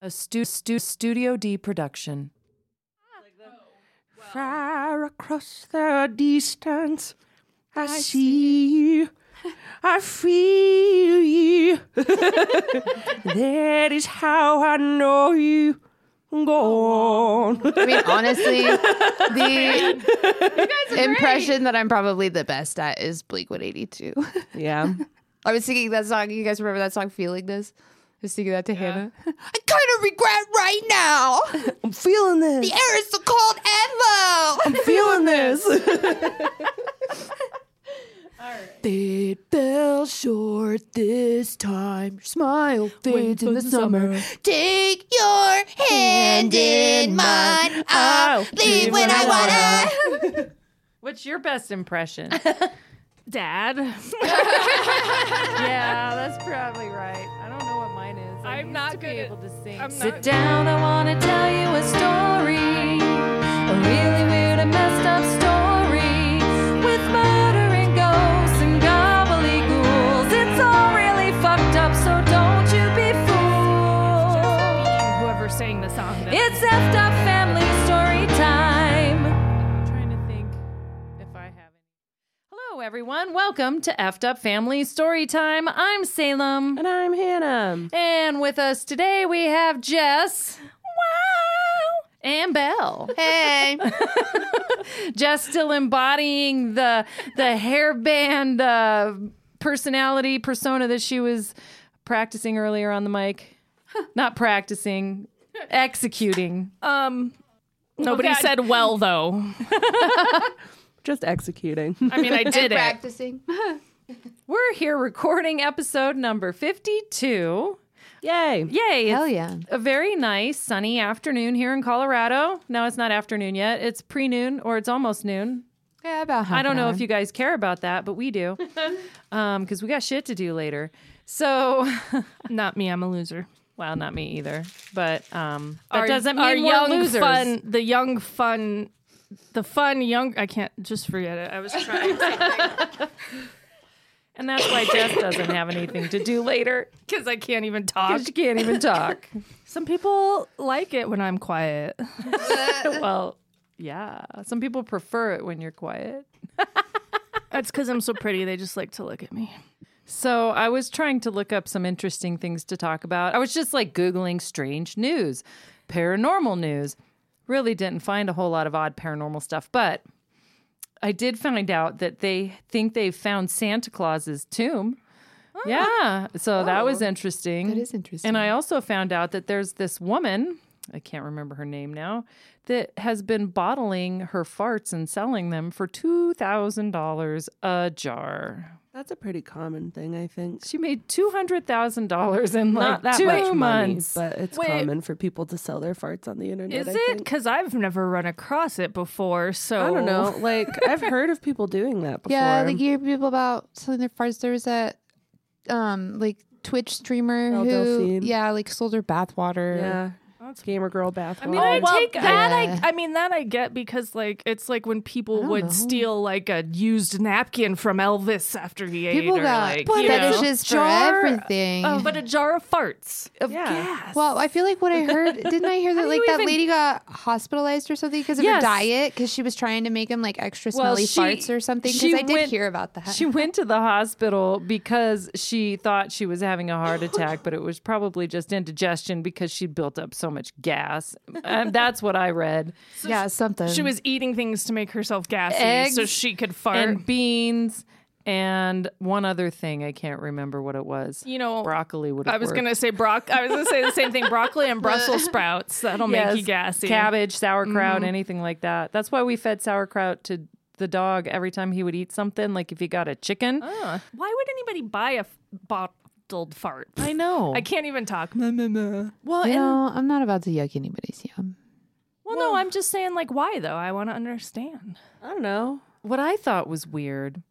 A stu- stu- Studio D production. Far across the distance, I, see you. I feel you. that is how I know you. Go on. I mean, honestly, the impression that I'm probably the best at is Bleak 182. yeah. I was singing that song. You guys remember that song, Feeling This? I was singing that to Hannah. I kind of regret right now. I'm feeling this. The air is so cold and low. I'm feeling this. It fell short this time. Smile fades in the summer. Take your hand in mine. I'll leave when I wanna. What's your best impression? Dad, yeah, that's probably right. I don't know what mine is. I I'm used not to be good at- able to sing. I'm Sit not- down, I wanna tell you a story. A really weird and messed up story with murder and ghosts and gobbledyghouls. It's all really fucked up, so don't you be fooled. whoever sang the song. That It's effed up family story time. I'm trying to think if I have any. Hello, everyone. Welcome to effed up family story time. I'm Salem. and I'm Hannah. And with us today we have Jess. Wow. And Belle. Hey. Jess still embodying the the hairband uh, personality persona that she was practicing earlier on the mic. Not practicing, executing. um, nobody that- said well though. Just executing. I mean, I did it. Practicing. We're here recording episode number 52. Yay. Yay. Hell it's yeah. A very nice sunny afternoon here in Colorado. No, it's not afternoon yet. It's pre noon or it's almost noon. Yeah, about half I don't an know hour. if you guys care about that, but we do. Um, because we got shit to do later. So, Not me. I'm a loser. well, not me either. But um, that Our- doesn't mean our we're young losers. fun, the young fun, the fun young. I can't just forget it. I was trying And that's why Jess doesn't have anything to do later. because I can't even talk. She can't even talk. Some people like it when I'm quiet. well, yeah. Some people prefer it when you're quiet. That's because I'm so pretty. They just like to look at me. So I was trying to look up some interesting things to talk about. I was just like Googling strange news, paranormal news. Really didn't find a whole lot of odd paranormal stuff, but I did find out that they think they found Santa Claus's tomb. Yeah. So that was interesting. Ah. Oh. That is interesting. And I also found out that there's this woman, I can't remember her name now, that has been bottling her farts and selling them for $2,000 a jar. That's a pretty common thing, I think. She made two hundred thousand dollars in like Not that two much months. money, but it's Wait. common for people to sell their farts on the internet. Is I it? think. Because I've never run across it before. So I don't know. Like I've heard of people doing that before. Yeah, like you hear people about selling their farts. There was that, um, like Twitch streamer Elle who, Delphine. yeah, like sold her bathwater. yeah. That's- Gamer girl bath. I mean, water. Oh, I well, take that. yeah. I, I mean that I get because like it's like when people don't would know. steal like a used napkin from Elvis after he ate. People or, got like, you know. fetishes for Jar everything. of- but a jar of farts. Of Yeah. gas. well, I feel like what I heard, didn't I hear that do like you that even- lady got hospitalized or something because of Yes. her diet because she was trying to make them like extra Well, smelly she- farts or something? she Because I did went- hear about that. she went to the hospital because she thought she was having a heart attack, but it was probably just indigestion because she built up so much gas. Um, that's what I read. yeah, something. she was eating things to make herself gassy so Eggs she could fart. And beans and one other thing I can't remember what it was. you know, Broccoli would. I was gonna say broc. I was gonna say the same thing: broccoli and Brussels sprouts. That'll Yes, make you gassy. Cabbage, sauerkraut, anything like that. That's why we fed sauerkraut to the dog every time he would eat something. Like if he got a chicken. Huh. Why would anybody buy a f- bottled fart? I know. I can't even talk. Meh, meh, meh. well, You and know, I'm not about to yuck anybody's yum. Well, no, I'm just saying, like, why though? I want to understand. I don't know. What I thought was weird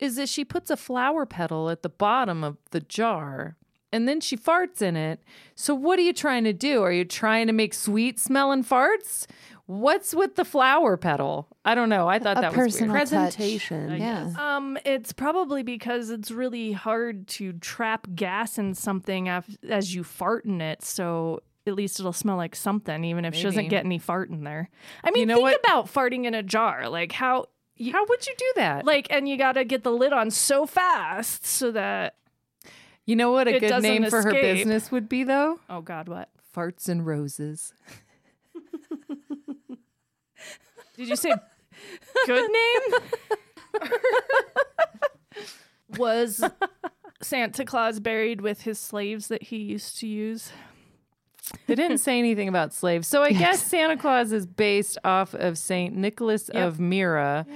is that she puts a flower petal at the bottom of the jar and then she farts in it. So, what are you trying to do? Are you trying to make sweet smelling farts? What's with the flower petal? I don't know. I thought A that personal was weird. Presentation. Touch. Yeah. Um, it's probably because it's really hard to trap gas in something af- as you fart in it. So at least it'll smell like something, even if she doesn't Maybe. get any fart in there. I mean, know think what- about farting in a jar. Like how, How would you do that? like, and you got to get the lid on so fast so that. you know what a it good doesn't name for her escape. business would be though? Oh God, what? Farts and Roses. Did you say Good name. Was Santa Claus buried with his slaves that he used to use? They didn't say anything about slaves. So I guess Santa Claus is based off of Saint Nicholas of Myra.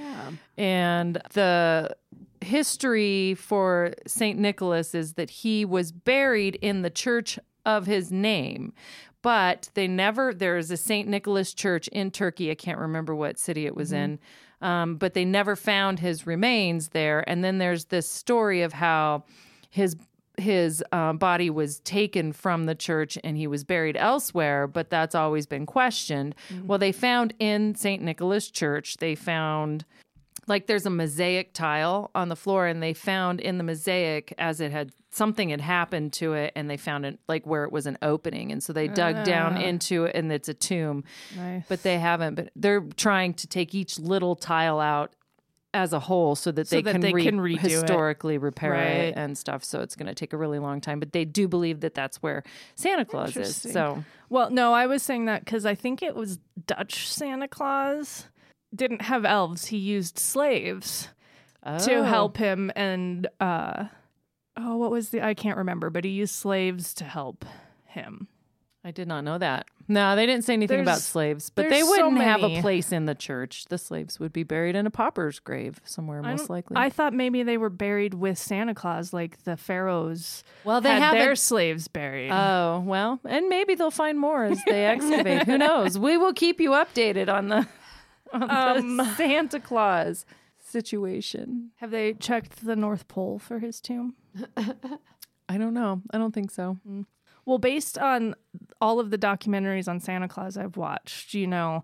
And the history for Saint Nicholas is that he was buried in the church of his name. But they never there is a Saint Nicholas church in Turkey. I can't remember what city it was in. Um, but they never found his remains there. And then there's this story of how his his um, body was taken from the church and he was buried elsewhere, but that's always been questioned. Well, they found in St. Nicholas Church, they found like there's a mosaic tile on the floor, and they found in the mosaic as it had something had happened to it, and they found it like where it was an opening. And so they dug down into it, and it's a tomb, Nice. but they haven't, but they're trying to take each little tile out. As a whole, so that So they, that can, they re- can redo it. historically historically repair Right. it and stuff. So it's going to take a really long time. But they do believe that that's where Santa Claus is. Interesting. So Well, no, I was saying that because I think it was Dutch Santa Claus didn't have elves. He used slaves Oh. to help him, and uh, oh, what was the? I can't remember, but he used slaves to help him. I did not know that. No, they didn't say anything about There's- slaves, but there's they so wouldn't have a many. place in the church. The slaves would be buried in a pauper's grave somewhere, I most don't- likely. I thought maybe they were buried with Santa Claus, like the pharaohs well, they had have their a- slaves buried. Oh, well, and maybe they'll find more as they excavate. Who knows? We will keep you updated on the, on the Santa Claus situation. have they checked the North Pole for his tomb? I don't know. I don't think so. Well, based on all of the documentaries on Santa Claus I've watched, you know,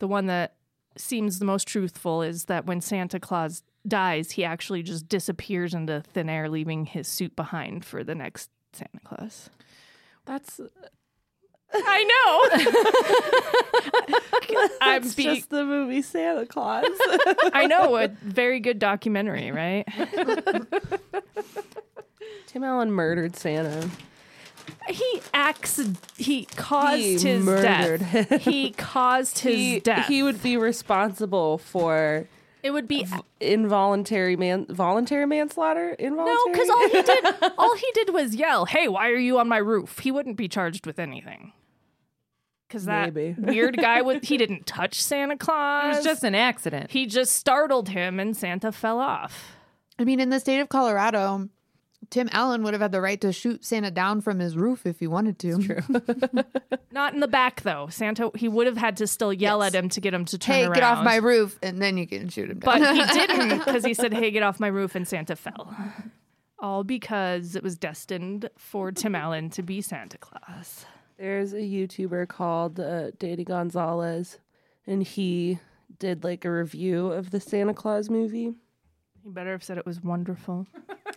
the one that seems the most truthful is that when Santa Claus dies, he actually just disappears into thin air, leaving his suit behind for the next Santa Claus. That's I know. I'm It's be- just the movie Santa Claus. I know a very good documentary, right? Tim Allen murdered Santa. He acts. He caused He his murdered. death. He caused his he, death. he would be responsible for it would be involuntary man voluntary manslaughter. No, Involuntary. because all he did, all he did was yell, "Hey, why are you on my roof?" He wouldn't be charged with anything. Because that Maybe. weird guy with he didn't touch Santa Claus. it was just an accident. he just startled him, and Santa fell off. I mean, in the state of Colorado, Tim Allen would have had the right to shoot Santa down from his roof if he wanted to. Not in the back though. Santa he would have had to still yell at him to get him to turn Hey, around. get off my roof, and then you can shoot him down. But he didn't because he said, "Hey, get off my roof," and Santa fell. All because it was destined for Tim Allen to be Santa Claus. There's a YouTuber called uh, Danny Gonzalez, and he did like a review of the Santa Claus movie. He better have said it was wonderful.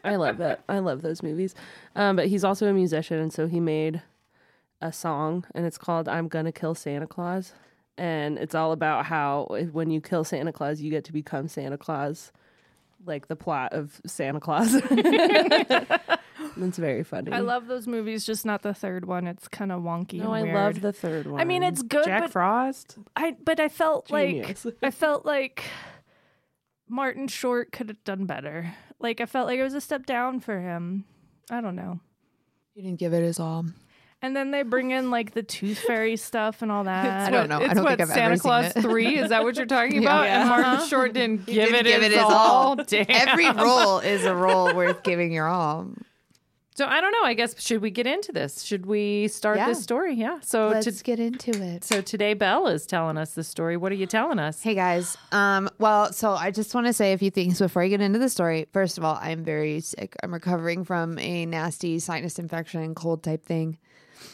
I love it. I love those movies. Um, but he's also a musician, and so he made a song, and it's called "I'm Gonna Kill Santa Claus," and it's all about how if- when you kill Santa Claus, you get to become Santa Claus, like the plot of Santa Claus. it's very funny. I love those movies, just not the third one. It's kind of wonky. No, I and weird. love the third one. I mean, it's good, Jack but- Frost. I but I felt Genius. like I felt like Martin Short could have done better. Like I felt like it was a step down for him. I don't know. you didn't give it his all. And then they bring in like the Tooth Fairy stuff and all that. I don't know. I It's don't what think I've Santa ever seen Claus it. three. Is that what you're talking Yeah. about? And Martin Short didn't give didn't it give his it his all. all. Damn. Every role is a role worth giving your all. So I don't know. I guess should we get into this? Should we start Yeah. this story? Yeah. So to, get into it. so today Belle is telling us the story. What are you telling us? Hey guys. Um, well, so I just want to say a few things before I get into the story. First of all, I'm very sick. I'm recovering from a nasty sinus infection, cold type thing.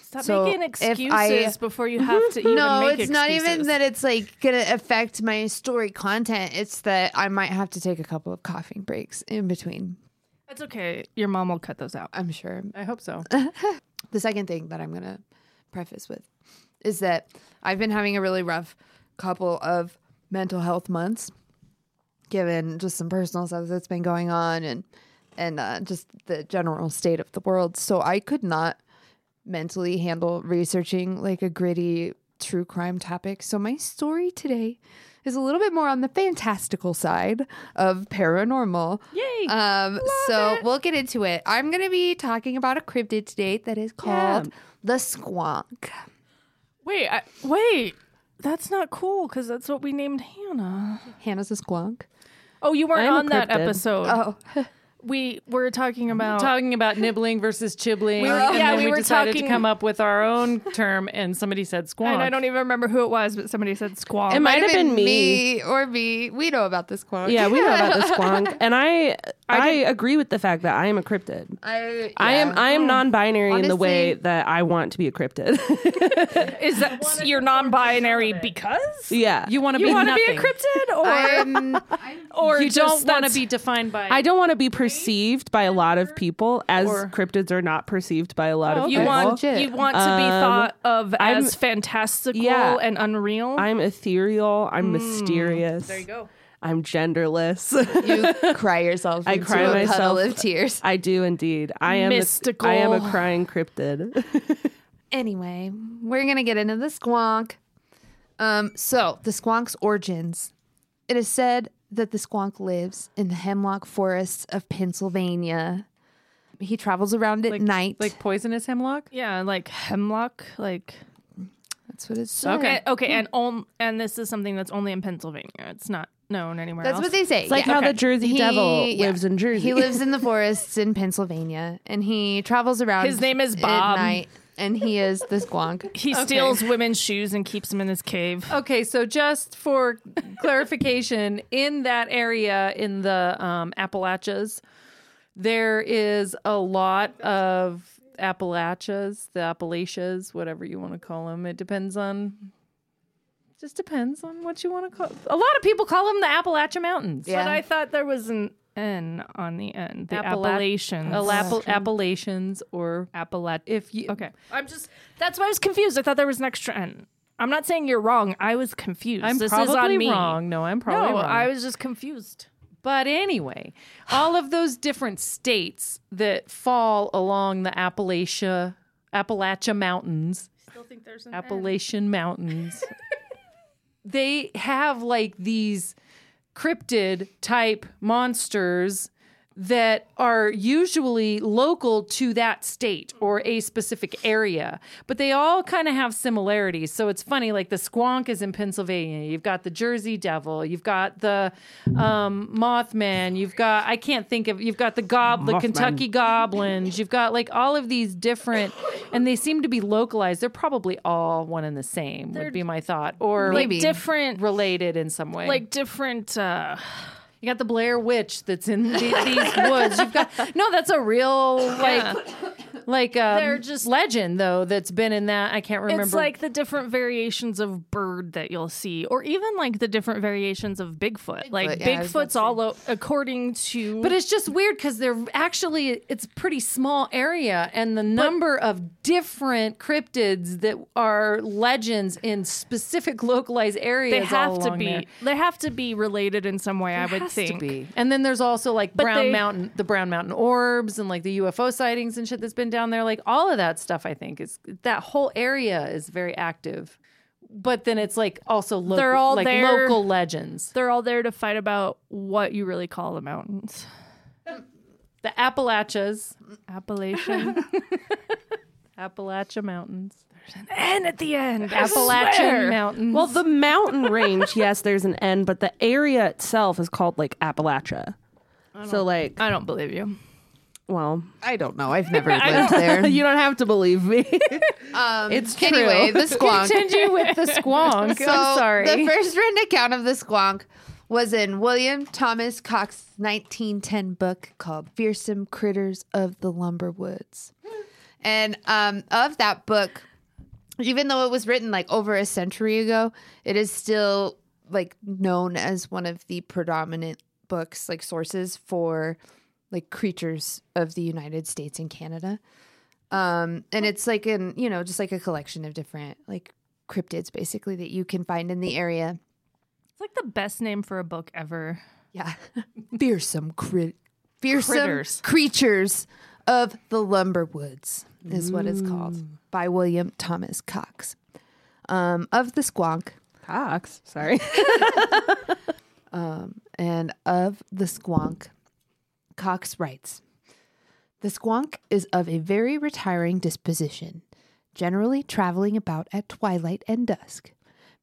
Stop So making if I- excuses before you have to. Even no, make it's not even excuses. that it's like gonna affect my story content. It's that I might have to take a couple of coughing breaks in between. That's okay. Your mom will cut those out. I'm sure. I hope so. The second thing that I'm gonna preface with is that I've been having a really rough couple of mental health months, given just some personal stuff that's been going on and and uh, just the general state of the world. So I could not mentally handle researching like a gritty true crime topic. So my story today is a little bit more on the fantastical side of paranormal. Yay! Um, so we'll get into it. I'm going to be talking about a cryptid today that is called the squonk. Wait, I, wait. That's not cool because that's what we named Hannah. Hannah's a squonk. Oh, you weren't I'm a on that cryptid. episode. Oh, we were talking about. talking about nibbling versus chibbling. We were- and yeah, then we we, were decided talking- to come up with our own term, and somebody said squonk. and I don't even remember who it was, but somebody said squall. It might have been me. or me. We know about the squonk. Yeah, we know about the squonk, and I I, agree with the fact that I am a cryptid. I, I am I am non-binary in the way Honestly- that I want to be a cryptid. Is that you're non-binary because yeah, you want to you be want to nothing. be a cryptid, or I'm, or You just don't want to that's- be defined by. I don't want to be perceived by a lot of people as Or- cryptids are not perceived by a lot of Oh, You people. want Legit. you want to be Um, thought of I'm- as fantastical Yeah. and unreal. I'm ethereal. I'm mysterious. There you go. I'm genderless. you cry yourself. I into cry a myself. puddle of tears. I do indeed. I am Mystical. A, I am a crying cryptid. Anyway, we're gonna get into the squonk. Um, so the squonk's origins. It is said that the squonk lives in the hemlock forests of Pennsylvania. He travels around at night. like poisonous hemlock. yeah, like hemlock, like that's what it says. okay, okay, Mm. and on, and this is something that's only in Pennsylvania. It's not known anywhere That's else. what they say. It's like yeah. how the Jersey He- Devil yeah. lives in Jersey. He lives in the forests in Pennsylvania, and he travels around. His name is at Bob. night, and he is the squonk. he steals women's shoes and keeps them in his cave. Okay, so just for clarification, in that area in the um, Appalachias, there is a lot of Appalachias, the Appalachias, whatever you want to call them. It depends on. Just depends on what you want to call. A lot of people call them the Appalachian Mountains. Yeah. But I thought there was an N on the end. The Appala- Appalachians. Appalachian. Appalachians, or Appala- if you Okay. I'm just that's why I was confused. I thought there was an extra N. I'm not saying you're wrong. I was confused. I'm this probably is on me. wrong. No, I'm No, probably wrong. I was just confused. But anyway, all of those different states that fall along the Appalachia Appalachia Mountains, Still think there's an Appalachian Mountains, they have like these cryptid type monsters that are usually local to that state or a specific area, but they all kind of have similarities. So it's funny, like the squonk is in Pennsylvania. You've got the Jersey Devil. You've got the um, Mothman. You've got I can't think of. You've got the gob, the Mothman. Kentucky Goblins. You've got like all of these different, and they seem to be localized. They're probably all one and the same. would be my thought, or Like Maybe. different related in some way. like different uh You got the Blair Witch that's in the, these woods. You've got no, that's a real like like um, They're just- legend though that's been in that. I can't remember. it's like the different variations of bird that you'll see or even like the different variations of Bigfoot. like yeah, I was about Bigfoot's all o- according to but it's just weird because they're actually it's a pretty small area, and the number of different cryptids that are legends in specific localized areas. they have all to along be there. they have to be related in some way, I would has think. to be. And then there's also like Brown they- Mountain, the Brown Mountain orbs, and like the UFO sightings and shit that's been down there. Like all of that stuff, I think is that whole area is very active. But then it's like also local, They're all like there. local legends. They're all there to fight about what you really call the mountains. The Appalachias, Appalachian. Appalachia Mountains, N at the end. Appalachian Mountains. well, the mountain range, yes, there's an N, but the area itself is called like Appalachia. So like, I don't believe you. well, I don't know. I've never lived there. you don't have to believe me. Um, It's true. anyway the squonk. continue with the squonk. I'm sorry. The first written account of the squonk was in William Thomas Cox's 1910 book called Fearsome Critters of the Lumber Woods. And um, of that book, even though it was written like over a century ago, it is still like known as one of the predominant books, like sources for like creatures of the United States and Canada. Um, and it's like an you know just like a collection of different like cryptids basically that you can find in the area. It's like the best name for a book ever. Yeah, fearsome crit, fearsome Critters. creatures of the lumber woods is what it's called by William Thomas Cox. Um, of the squonk Cox. Sorry. and of the squonk, Cox writes The squonk is of a very retiring disposition, generally traveling about at twilight and dusk.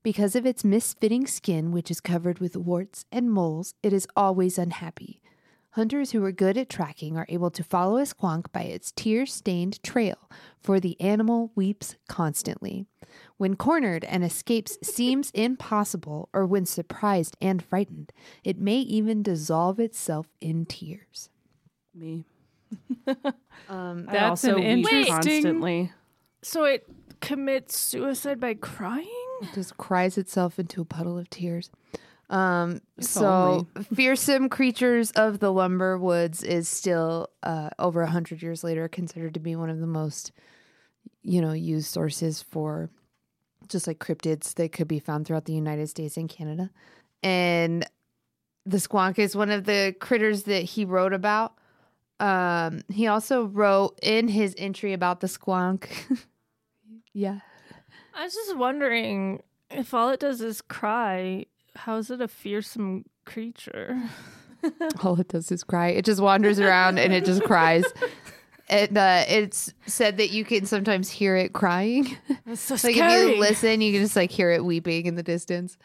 Because of its misfitting skin, which is covered with warts and moles, it is always unhappy. Hunters who are good at tracking are able to follow a squonk by its tear stained trail, for the animal weeps constantly. When cornered and escapes seems impossible, or when surprised and frightened, it may even dissolve itself in tears. Me. Um, That's an weep interesting- constantly. So it commits suicide by crying? it just cries itself into a puddle of tears. Um, so, only. fearsome creatures of the lumber woods is still uh, over a hundred years later considered to be one of the most, you know, used sources for just like cryptids that could be found throughout the United States and Canada. And the squonk is one of the critters that he wrote about. Um, he also wrote in his entry about the squonk. yeah. I was just wondering if all it does is cry, how is it a fearsome creature? all it does is cry. It just wanders around and it just cries. And uh, it's said that you can sometimes hear it crying. That's so like if scary. you listen, you can just like hear it weeping in the distance.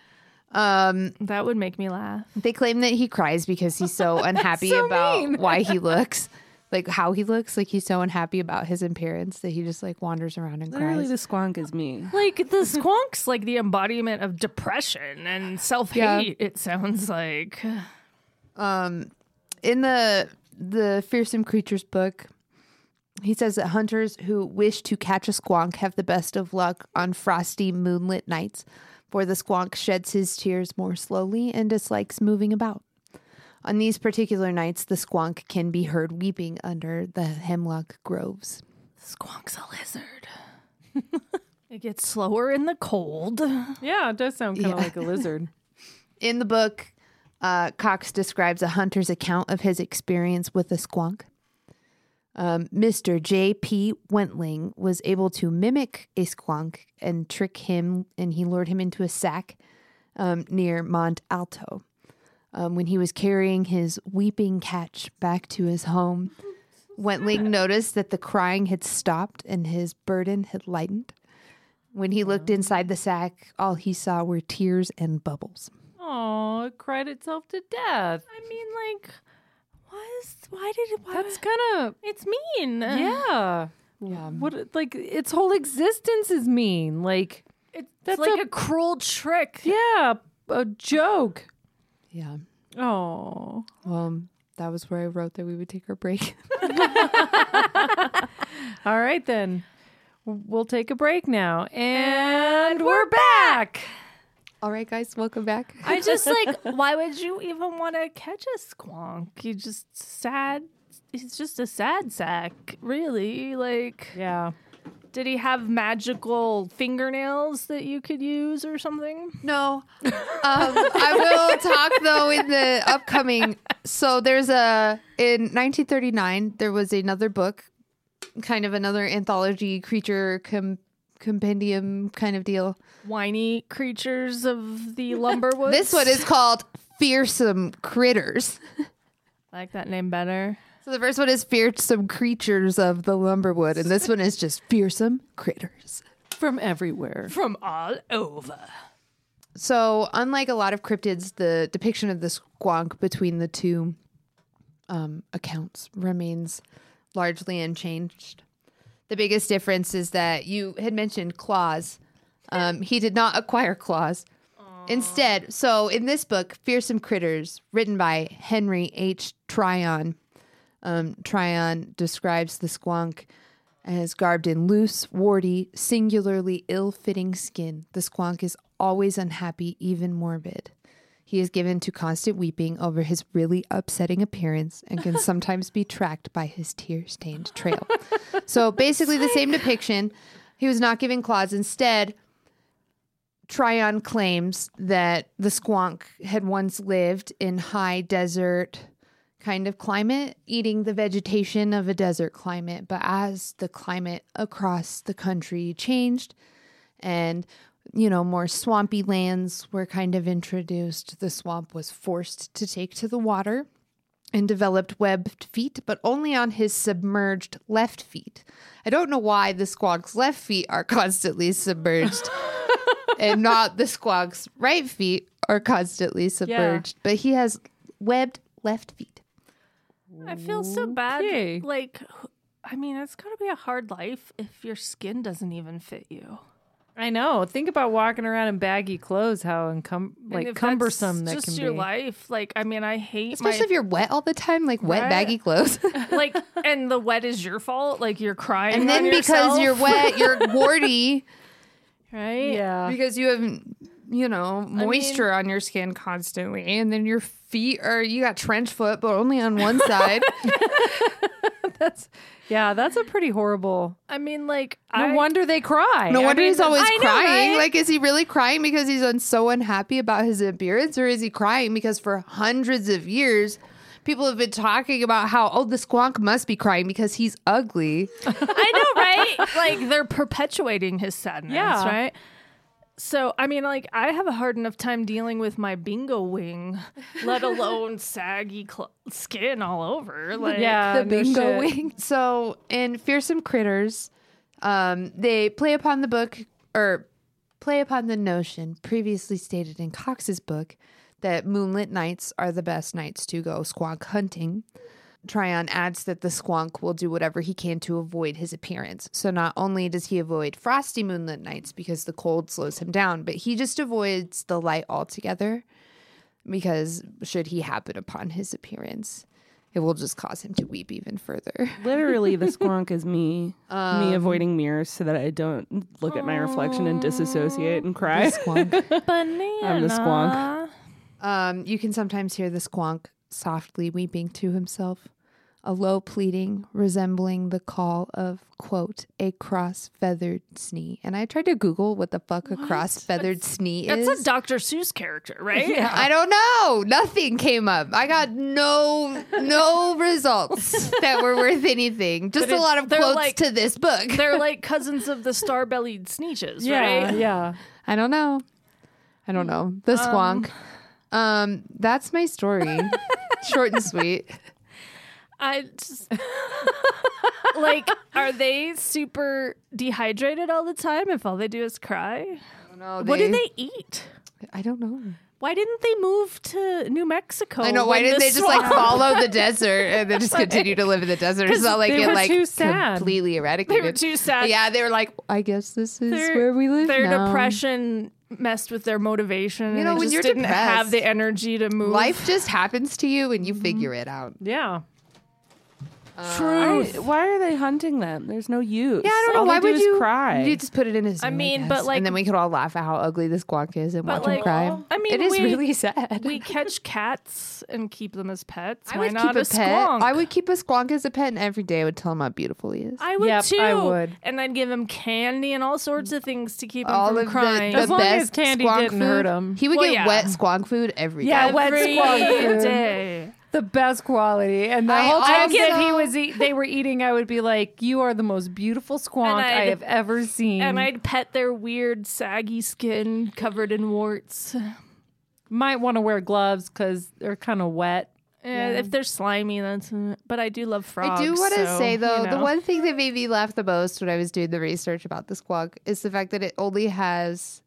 Um, That would make me laugh. they claim that he cries because he's so unhappy about why he looks, like how he looks. Like he's so unhappy about his appearance that he just like wanders around and Literally, cries. the squonk is me. Like the squonk's like the embodiment of depression and self hate, it sounds like. um in the the fearsome creatures book he says that hunters who wish to catch a squonk have the best of luck on frosty moonlit nights for the squonk sheds his tears more slowly and dislikes moving about on these particular nights the squonk can be heard weeping under the hemlock groves Squonk's a lizard. it gets slower in the cold. Yeah, it does sound kind of like a lizard. in the book uh, cox describes a hunter's account of his experience with a squonk um, Mr. J.P. Wentling was able to mimic a squonk and trick him, and he lured him into a sack um, near Mont Alto. Um, when he was carrying his weeping catch back to his home, Wentling noticed that the crying had stopped and his burden had lightened. When he looked inside the sack, all he saw were tears and bubbles. Oh, it cried itself to death. I mean, like, why is why did it? Why, That's kind of it's mean. yeah. Yeah. Um, What like its whole existence is mean. Like it's That's like a- a, cruel trick. yeah, a joke. Yeah. Oh. Well, that was where I wrote that we would take our break. All right then. We'll take a break now. And we're back. all right, guys, welcome back. I just like, why would you even want to catch a squonk? You just sad. He's just a sad sack, really. Like, Yeah. did he have magical fingernails that you could use or something? No. Um, I will talk though in the upcoming. So there's a in 1939 there was another book, kind of another anthology creature com- compendium kind of deal. Whiny creatures of the lumberwoods. This one is called Fearsome Critters. I like that name better. So the first one is Fearsome Creatures of the Lumberwood, and this one is just Fearsome Critters. From everywhere. From all over. So, unlike a lot of cryptids, the depiction of the squonk between the two um, accounts remains largely unchanged. The biggest difference is that you had mentioned claws. Um, he did not acquire claws. Instead, so in this book, Fearsome Critters, written by Henry H. Tryon, um, Tryon describes the squonk as garbed in loose, warty, singularly ill fitting skin. The squonk is always unhappy, even morbid. He is given to constant weeping over his really upsetting appearance and can sometimes be tracked by his tear stained trail. so basically, the same depiction. He was not given claws. Instead, Tryon claims that the squonk had once lived in high desert kind of climate, eating the vegetation of a desert climate. But as the climate across the country changed and you know, more swampy lands were kind of introduced. The swamp was forced to take to the water and developed webbed feet, but only on his submerged left feet. I don't know why the squawk's left feet are constantly submerged and not the squawk's right feet are constantly submerged, but he has webbed left feet. I feel so bad. Okay. Like, I mean, it's got to be a hard life if your skin doesn't even fit you. I know. Think about walking around in baggy clothes. How encum- And like if cumbersome that's that just can your be. life. Like, I mean, I hate Especially if you're wet all the time, like wet Right. baggy clothes. my like, and the wet is your fault. Like, you're crying, and then on because you're yourself, wet, you're warty right? Yeah. because you have, you know, moisture on your skin constantly. And then your feet are, you got trench foot, but only on one side. Yeah, that's a pretty horrible. I mean, like, No I wonder they cry. No I wonder mean, he's always I know, crying. right? Like, is he really crying because he's un- so unhappy about his appearance, or is he crying because for hundreds of years, people have been talking about how oh, the squonk must be crying because he's ugly. I know, right? like they're perpetuating his sadness, Yeah. right? So, I mean, like I have a hard enough time dealing with my bingo wing, let alone saggy cl- skin all over. Like, Yeah. no shit. So in Fearsome Critters, um, they play upon the book or play upon the notion previously stated in Cox's book that moonlit nights are the best nights to go squonk hunting. Tryon adds that the squonk will do whatever he can to avoid his appearance. So not only does he avoid frosty moonlit nights because the cold slows him down, but he just avoids the light altogether because should he happen upon his appearance, it will just cause him to weep even further. Literally, the squonk is me. me avoiding mirrors so that I don't look at my reflection and disassociate and cry. banana. I'm the squonk. Um, you can sometimes hear the squonk softly weeping to himself, a low pleading resembling the call of, quote, a cross feathered snee. And I tried to Google what the fuck a cross feathered snee That's is. a Dr. Seuss character, right? I don't know. Nothing came up. I got no no results that were worth anything. Just a lot of they're quotes like- to this book. They're like cousins of the star-bellied sneeches, Yeah. right? Yeah. I don't know. I Hmm. don't know. The squonk. um that's my story. Short and sweet. I just like are they super dehydrated all the time if all they do is cry? What do they eat? I don't know. Why didn't they move to New Mexico? I know. Why Oh, when didn't the they just like swamp- follow the desert and then just continue to live in the desert? It's not like they it were like too sad. completely They eradicated. were too sad. Yeah, they were like, I guess this is Their- where we live. Their now. depression messed with their motivation. know, and they when just you're didn't have depressed, the energy to move. Life just happens to you Mm-hmm. and you figure it out. Yeah. I- why are they hunting them? There's no use. Yeah, I don't know. All why they do would is you cry? You just put it in his. I room, mean, but, guess. like- and then we could all laugh at how ugly this squawk is and watch him like, cry. I mean, it is we- really sad. we catch cats and keep them as pets. I Why would not keep a, pet. squonk? I would keep a squonk as a pet, and every day I would tell him how beautiful he is. I would Yep, too. I would. And I'd give him candy and all sorts of things to keep him all from of the, crying. the As long as best candy squonk didn't food. hurt him. He would Well, get yeah. wet squonk food every Yeah, day. wet every squonk food. day. The best quality. And the I whole time also- that he was eat, they were eating, I would be like, "You are the most beautiful squonk I I'd- have ever seen." And I'd pet their weird, saggy skin covered in warts. might want to wear gloves because they're kind of wet. Eh, If they're slimy, that's. But I do love frogs. I do want to so, say you though, the know. one thing that made me laugh the most when I was doing the research about the squawk is the fact that it only has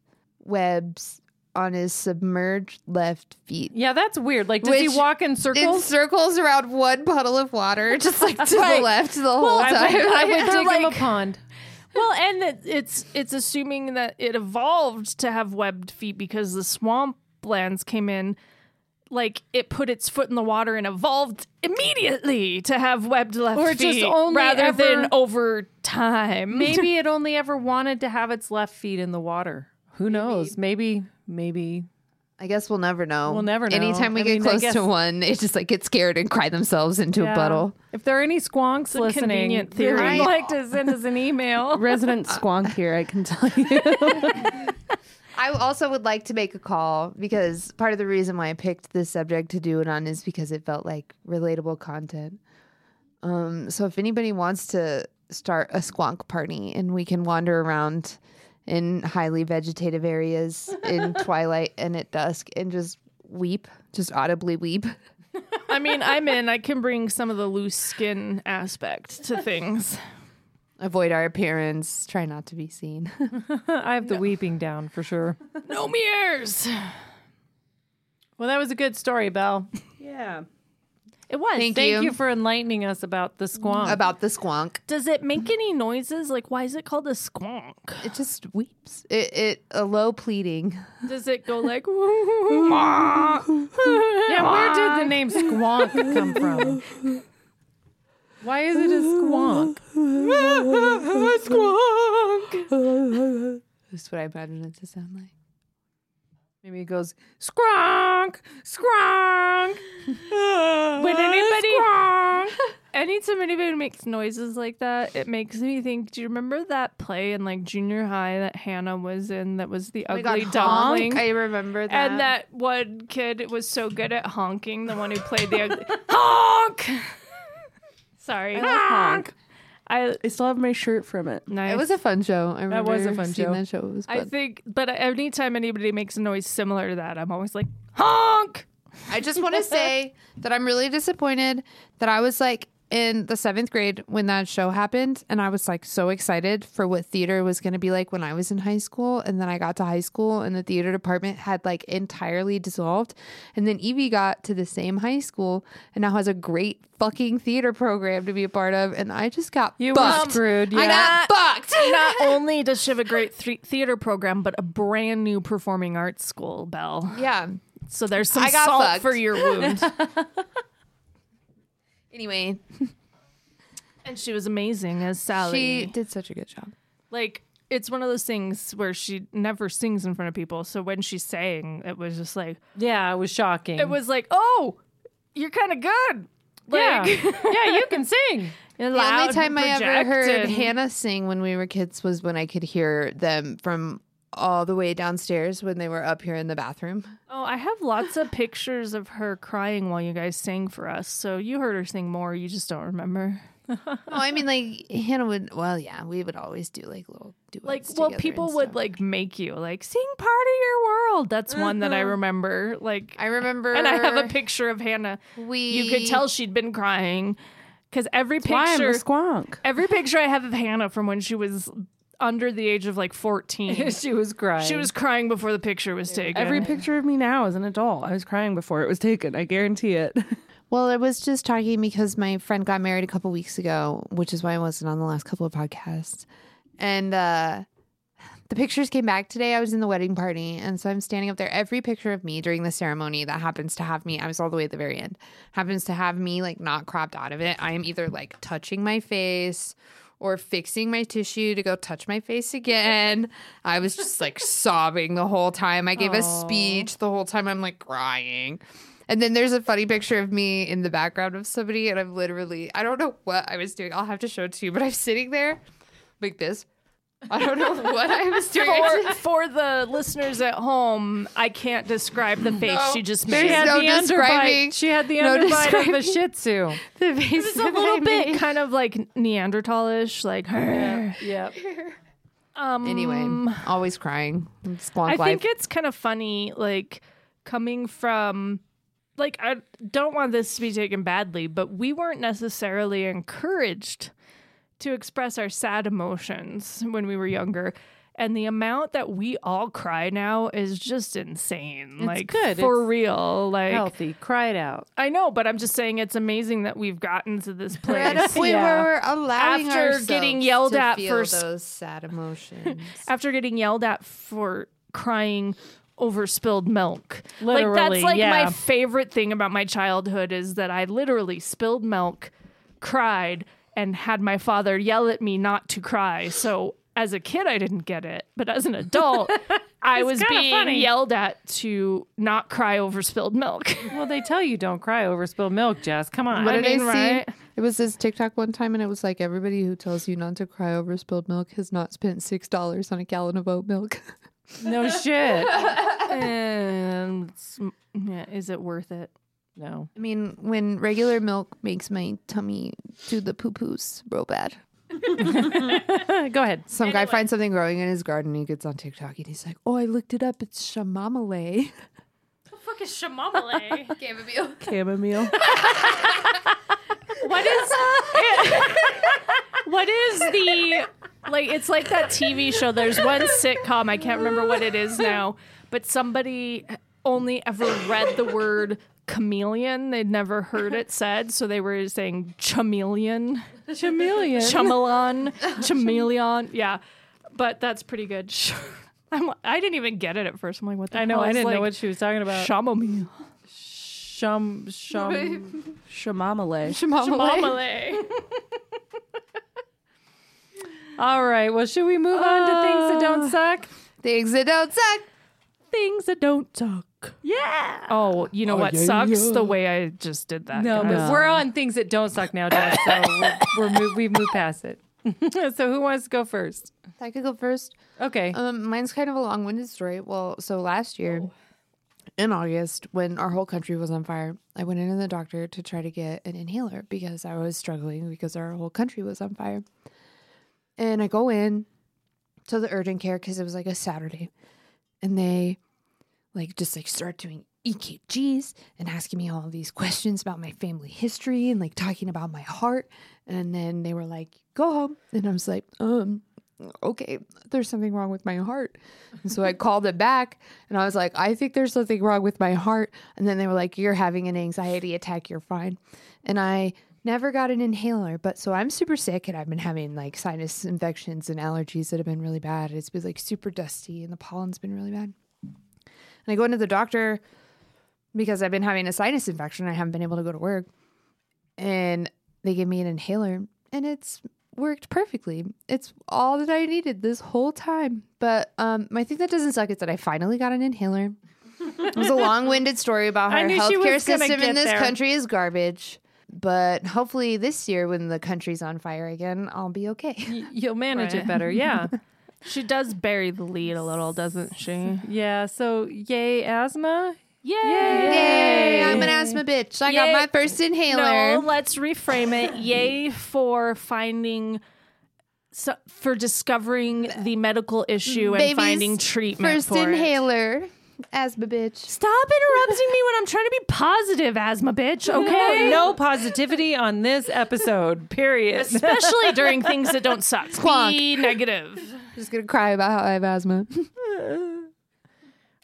webs on his submerged left feet. Yeah, that's weird. Like, does he Which walk in It circles? circles around one puddle of water, just like to Right. the left the whole I time. would, I would dig him a Like- pond. Well, and it, it's it's assuming that it evolved to have webbed feet because the swamp lands came in. Like it put its foot in the water and evolved immediately to have webbed left Or feet, just only rather ever- than over time. Maybe it only ever wanted to have its left feet in the water. Who knows? Maybe, maybe I guess we'll never know. We'll never know. Anytime we I get mean, I close guess- to one, they just like get scared and cry themselves into a puddle. If there are any squonks a listening, convenient they would theory. like to send us an email. Resident squonk here, I can tell you. I also would like to make a call because part of the reason why I picked this subject to do it on is because it felt like relatable content. Um, so if anybody wants to start a squonk party and we can wander around in highly vegetative areas in twilight and at dusk and just weep, just audibly weep. I mean, I'm in. I can bring some of the loose skin aspect to things. Avoid our appearance, try not to be seen. I have the weeping down for sure. No mirrors. Well, that was a good story, Belle. yeah. It was. Thank Thank you. you for enlightening us about the squonk. About the squonk. Does it make any noises? Like, why is it called a squonk? It just weeps. It it a low pleading. Does it go like? yeah, where did the name squonk come from? Why is it a squonk? That's what I imagine it to sound like. Maybe it goes squonk, squonk. When anybody, anytime anybody makes noises like that, it makes me think. Do you remember that play in like junior high that Hannah was in? That was the ugly duckling. I remember that. and that one kid was so good at honking. The one who played the ugly honk. Sorry, I honk. I I still have my shirt from it. nice. it was a fun show. I remember was a fun seeing show. That show It was I fun. think, but anytime anybody makes a noise similar to that, I'm always like honk. I just want to say that I'm really disappointed that I was like in the seventh grade when that show happened, and I was like so excited for what theater was going to be like when I was in high school. And then I got to high school, and the theater department had like entirely dissolved. And then Evie got to the same high school and now has a great fucking theater program to be a part of. And I just got You fucked. were screwed. Yeah. I got fucked. Not only does she have a great th- theater program, but a brand new performing arts school, Belle. yeah. So there's some I got salt fucked. for your wound. Anyway, and she was amazing as Sally. she did such a good job. like it's one of those things where she never sings in front of people. So when she sang, it was just like Yeah, it was shocking. it was like, oh, you're kind of good. yeah. Like, yeah, you can sing. yeah. The only time I ever heard Hannah sing when we were kids was when I could hear them from all the way downstairs when they were up here in the bathroom. Oh, I have lots of pictures of her crying while you guys sang for us. So you heard her sing more, you just don't remember. Oh, I mean, like Hannah would. Well, yeah, we would always do like little duets. Like, well, together and people would stuff. like make you like sing part of your world. That's one that I remember. Like, Mm-hmm. I remember, and I have a picture of Hannah. We You could tell she'd been crying because every Why I'm a picture, squonk. every picture I have of Hannah from when she was under the age of like fourteen, she was crying. she was crying before the picture was taken. Every picture of me now as an adult, I was crying before it was taken. I guarantee it. Well, I was just talking because my friend got married a couple weeks ago, which is why I wasn't on the last couple of podcasts. And uh, the pictures came back today. I was in the wedding party. And so I'm standing up there. Every picture of me during the ceremony that happens to have me, I was all the way at the very end, happens to have me like not cropped out of it. I am either like touching my face or fixing my tissue to go touch my face again. I was just like sobbing the whole time. I gave a speech the whole time. I'm like crying. And then there's a funny picture of me in the background of somebody, and I'm literally, I don't know what I was doing. I'll have to show it to you, but I'm sitting there like this. I don't know what I was doing. I for, for the listeners at home, I can't describe the face she just there's made. She had no the describing. underbite. She had the No underbite of the describing. Shih Tzu. just- the face It's a little bit kind of like Neanderthalish, like her. Yeah. Um, Anyway, always crying. Squonk I life. think it's kind of funny, like coming from, like I don't want this to be taken badly, but we weren't necessarily encouraged to express our sad emotions when we were younger. And the amount that we all cry now is just insane. like good. for It's real. Like Healthy. Cried out. I know, but I'm just saying it's amazing that we've gotten to this We're at a place. point Yeah. where we're allowing After ourselves getting yelled to at feel for s- those sad emotions. after getting yelled at for crying over spilled milk. like Literally, that's like yeah. my favorite thing about my childhood is that I literally spilled milk, cried, and had my father yell at me not to cry. So as a kid I didn't get it, but as an adult I It's was kinda being funny. yelled at to not cry over spilled milk. Well, they tell you don't cry over spilled milk, Jess. Come on. What I did I mean, see? right? It was this TikTok one time, and it was like everybody who tells you not to cry over spilled milk has not spent six dollars on a gallon of oat milk. No shit. and it's- yeah, is it worth it? No. I mean, when regular milk makes my tummy do the poo poos real bad. Go ahead. Some guy finds something growing in his garden, and he gets on TikTok, and he's like, "Oh, I looked it up. It's chamomile." The fuck is shamamale? Chamomile. Chamomile. what is what is the like it's like that tv show there's one sitcom i can't remember what it is now but somebody only ever read the word chameleon they'd never heard it said so they were saying chameleon Chameleon. chameleon chameleon yeah but that's pretty good I'm, i didn't even get it at first i'm like what the I know. hell? I It's didn't know like what she was talking about. chamomile Shum, shum. Shamamale. Chamomile. chamomile All right. Well, should we move on to things that don't suck? Things that don't suck. Things that don't suck. Oh, you know what sucks? The way I just did that. No, guys. but we're on things that don't suck now, Jess. So we're, we're move, we've moved past it. so who wants to go first? I could go first. Okay. Um, mine's kind of a long-winded story. Well, so last year in August, when our whole country was on fire, I went into the doctor to try to get an inhaler because I was struggling because our whole country was on fire. And I go in to the urgent care because it was like a Saturday, and they like just like start doing EKGs and asking me all these questions about my family history and like talking about my heart. And then they were like, "Go home," and I was like, "Um." okay, there's something wrong with my heart. And so I called it back and I was like, I think there's something wrong with my heart. And then they were like, You're having an anxiety attack. You're fine. And I never got an inhaler. But so I'm super sick and I've been having like sinus infections and allergies that have been really bad. It's been like super dusty and the pollen's been really bad. And I go into the doctor because I've been having a sinus infection. I haven't been able to go to work. And they gave me an inhaler and it's worked perfectly. It's all that I needed this whole time. But um, my thing that doesn't suck is that I finally got an inhaler. it was a long-winded story about how I our knew she healthcare was gonna system get in this there. country is garbage. But hopefully this year, when the country's on fire again, I'll be okay. Y- You'll manage it Right. better. Yeah. She does bury the lead a little, doesn't she? Yeah. So, yay, asthma. Yay! Yay. I'm an asthma bitch. I got Yay. my first inhaler. No, let's reframe it. Yay for finding, so, for discovering the medical issue and Baby's finding treatment. first for it. inhaler. Asthma bitch. Stop interrupting me when I'm trying to be positive, asthma bitch. Okay. No positivity on this episode, period. Especially during things that don't suck. Squonk. Be negative. Just gonna cry about how I have asthma.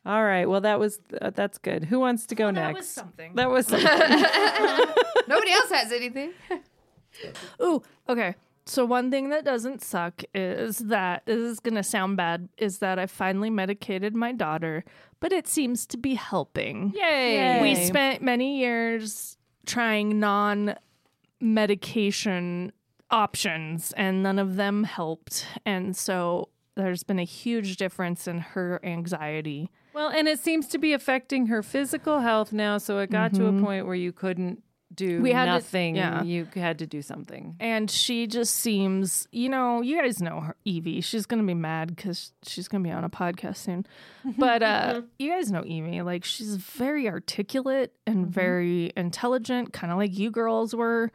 All right. Well, that was uh, that's good. Who wants to go next? Oh, That was something. That was Nobody else has anything. Ooh, okay. So one thing that doesn't suck is that this is gonna sound bad is that I finally medicated my daughter, but it seems to be helping. yay. We spent many years trying non medication options and none of them helped. And so there's been a huge difference in her anxiety. well, and it seems to be affecting her physical health now. So it got to a point where you couldn't do We had to- nothing. yeah. You had to do something. and she just seems you know you guys know her evie she's gonna be mad because she's gonna be on a podcast soon but uh you guys know evie like she's very articulate and very intelligent kind of like you girls were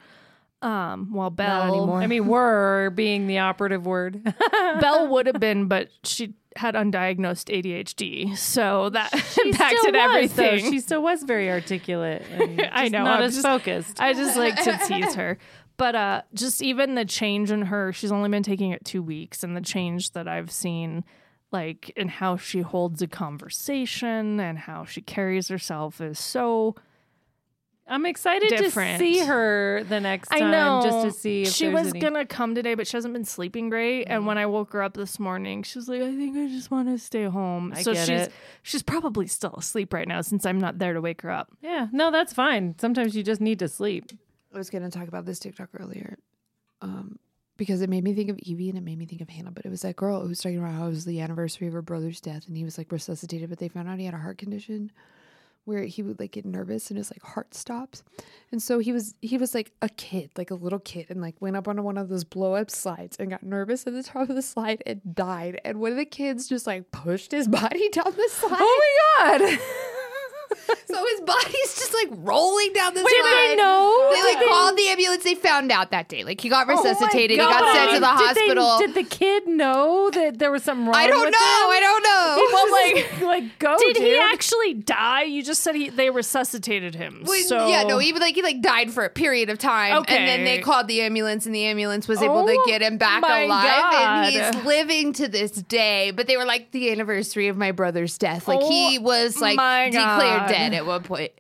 um well belle I mean, were being the operative word. belle would have been but she had undiagnosed adhd so that impacted everything She still was very articulate. And I just know, Not I'm as just- focused. I just like to tease her. But uh, just even the change in her, she's only been taking it two weeks, and the change that I've seen, like in how she holds a conversation and how she carries herself, is so. I'm excited Different. to see her the next time I know. just to see if she there's was any- Mm. gonna come today, but she hasn't been sleeping great. And when I woke her up this morning, she was like, "I think I just want to stay home." I so get she's it. she's probably still asleep right now since I'm not there to wake her up. Yeah, no, that's fine. Sometimes you just need to sleep. I was going to talk about this TikTok earlier. Um, because it made me think of Evie and it made me think of Hannah. But it was that girl who was talking about how it was the anniversary of her brother's death and he was like resuscitated, but they found out he had a heart condition where he would like get nervous and his like heart stopped. And so he was he was like a kid, like a little kid, and like went up onto one of those blow up slides and got nervous at the top of the slide and died. And one of the kids just like pushed his body down the slide. Oh my god. So his body's just like rolling down the Did slide. they know? They like called the ambulance. They found out that day. Like he got resuscitated. he Oh God. got sent to the Did they- hospital. Did, the kid know that there was something wrong? I don't with know. I don't know. Him? Like, like go. Did dude. he actually die? You just said he, they resuscitated him. Well, so Yeah, no, even like he like died for a period of time, and then they Okay. called the ambulance, and the ambulance was able to Oh, get him back my alive, and God. he's living to this day. But they were like the anniversary of my brother's death. Like Oh, he was like my declared God. dead at one point.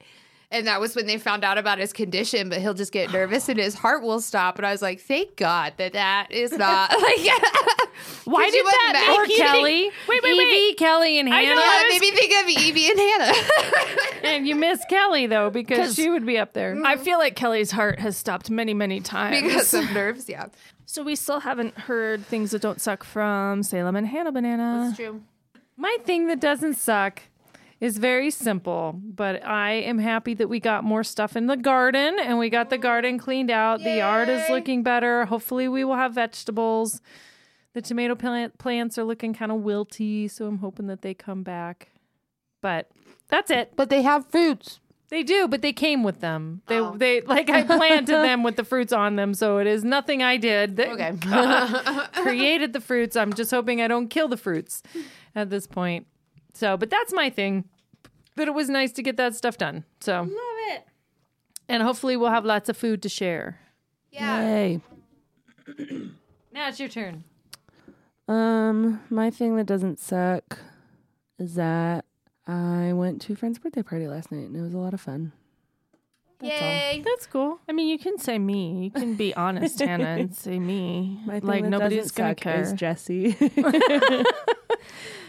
And that was when they found out about his condition, but he'll just get nervous and his heart will stop. And I was like, thank God that that is not like. Why Could did you that Or imagine? make you think- Kelly. Wait, wait, Evie, wait. Kelly, and I know. Hannah. Yeah, it made me think of Evie and Hannah. And you miss Kelly though because 'Cause- she would be up there. I feel like Kelly's heart has stopped many, many times. because of nerves, yeah. so we still haven't heard things that don't suck from Salem and Hannah Banana. true. My thing that doesn't suck is very simple, but I am happy that we got more stuff in the garden and we got the garden cleaned out. The yard is looking better. Hopefully, we will have vegetables. The tomato plant plants are looking kind of wilty, so I'm hoping that they come back. But that's it. But they have fruits. They do, but they came with them. They Oh. they like I planted them with the fruits on them, so it is nothing I did that Okay. created the fruits. I'm just hoping I don't kill the fruits at this point. So, but that's my thing. But it was nice to get that stuff done. So love it. And hopefully we'll have lots of food to share. Yeah. Hey. Now it's your turn. Um, my thing that doesn't suck is that I went to a friend's birthday party last night and it was a lot of fun. Yay. That's cool. I mean, you can say me. You can be honest, Hannah, and say me. My thing Like that nobody's doesn't gonna suck care. is Jesse.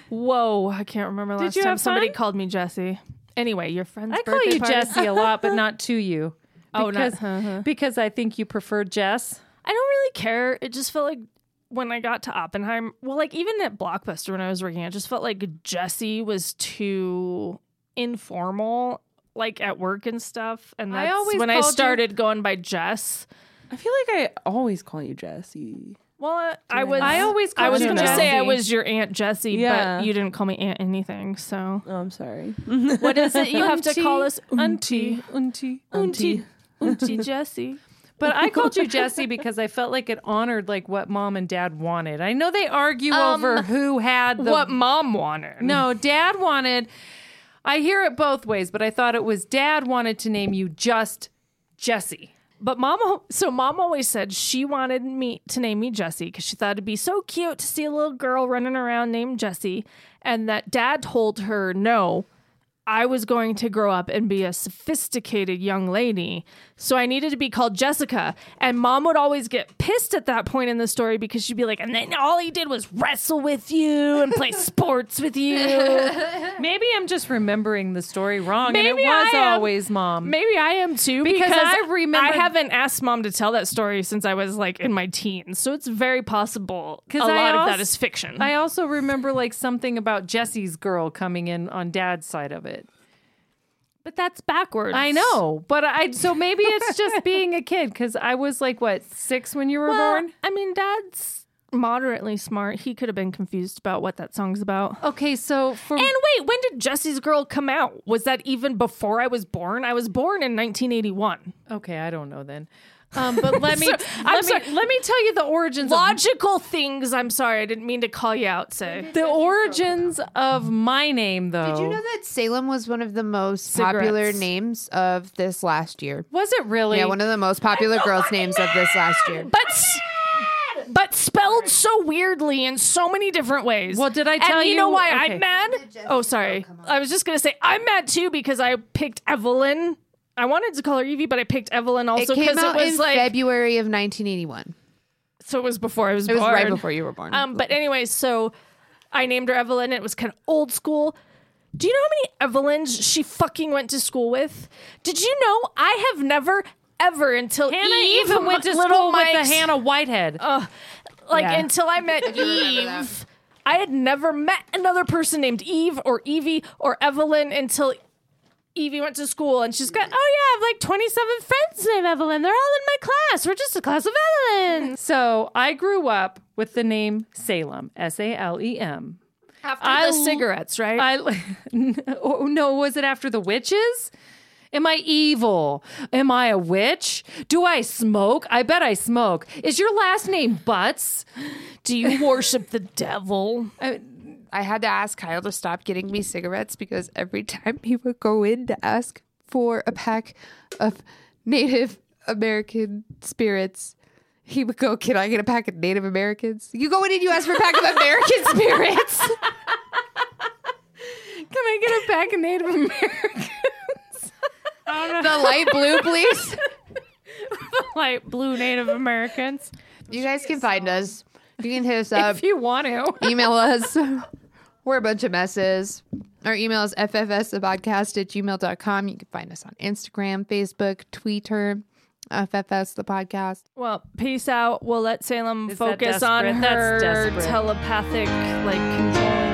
Whoa, I can't remember last you time have somebody fun? called me Jesse. Anyway, your friend's I call birthday you party- Jesse a lot, but not to you. Oh, not- because, because I think you prefer Jess. I don't really care. It just felt like when I got to Oppenheimer, well, like even at Blockbuster when I was working, I just felt like Jesse was too informal, like at work and stuff. And I that's always when I called you- started going by Jess. I feel like I always call you Jesse. Well, uh, I was. I always I called was you going to say I Jessie. was your aunt Jessie, Yeah. but you didn't call me aunt anything. So Oh, I'm sorry. what is it? You have to call us Auntie. Auntie. auntie, auntie Jessie. But I called you Jesse because I felt like it honored like what mom and dad wanted. I know they argue over who had the What mom wanted? No, dad wanted I hear it both ways, but I thought it was dad wanted to name you just Jesse. But mom, al- so mom always said she wanted me to name me Jessie because she thought it'd be so cute to see a little girl running around named Jessie, and that dad told her no. I was going to grow up and be a sophisticated young lady. So I needed to be called Jessica. And mom would always get pissed at that point in the story because she'd be like, and then all he did was wrestle with you and play sports with you. Maybe I'm just remembering the story wrong. and Maybe it was I am. always mom. Maybe I am too Because because, I remember- I haven't asked mom to tell that story since I was like in my teens, so it's very possible. 'Cause Because a I lot als- of that is fiction. I also remember like something about Jesse's girl coming in on dad's side of it. but that's backwards. I know, but I so maybe it's just being a kid because I was like what six when you were Well, born. Uh, I mean, dad's moderately smart. He could have been confused about what that song's about. Okay, so for Oh. And wait, when did Jesse's Girl come out? Was that even before I was born? I was born in 1981. Okay, I don't know then. Um, but let me I'm let me sorry. let me tell you the origins of Logical things. I'm sorry, I didn't mean to call you out. Say the origins of my name though. Did you know that Salem was one of the most popular Cigarettes. names of this last year? Was it really? Yeah, one of the most popular girls' names of this last year. but s- but spelled so weirdly in so many different ways. Well, did I tell and you? you- know why okay. I'm mad? Oh, sorry. I was just gonna say I'm mad too because I picked Evelyn. I wanted to call her Evie, but I picked Evelyn It also because came it, out was in like February of 1981. so it was before I was It was born. right before you were born. Um, but anyway, so I named her Evelyn. It was kind of old school. Do you know how many Evelyns she fucking went to school with? Did you know I have never ever until Hannah Eve even went to little school with Mike's, Um, the Hannah Whitehead. Oh, like Yeah. until I met Eve. I had never met another person named Eve or Evie or Evelyn until Evie went to school and she's got, oh yeah, I have like 27 friends named Evelyn. They're all in my class. We're just a class of Evelyn. so I grew up with the name Salem, S A L E M. After I the l- cigarettes, right? I oh, no, was it after the witches? Am I evil? Am I a witch? Do I smoke? I bet I smoke. Is your last name Butts? Do you worship the devil? I had to ask Kyle to stop getting me cigarettes because every time he would go in to ask for a pack of Native American spirits, he would go, Can I get a pack of Native Americans? You go in and you ask for a pack of American spirits. Can I get a pack of Native Americans? the light blue, please. Like blue Native Americans. You guys can find us. You can hit us up. if you want to. email us. We're a bunch of messes. Our email is ffsthepodcast at gmail.com. You can find us on Instagram, Facebook, Twitter, FFS the podcast. Well, peace out. We'll let Salem Is that focus on desperate? That's her desperate. telepathic, like, controlling.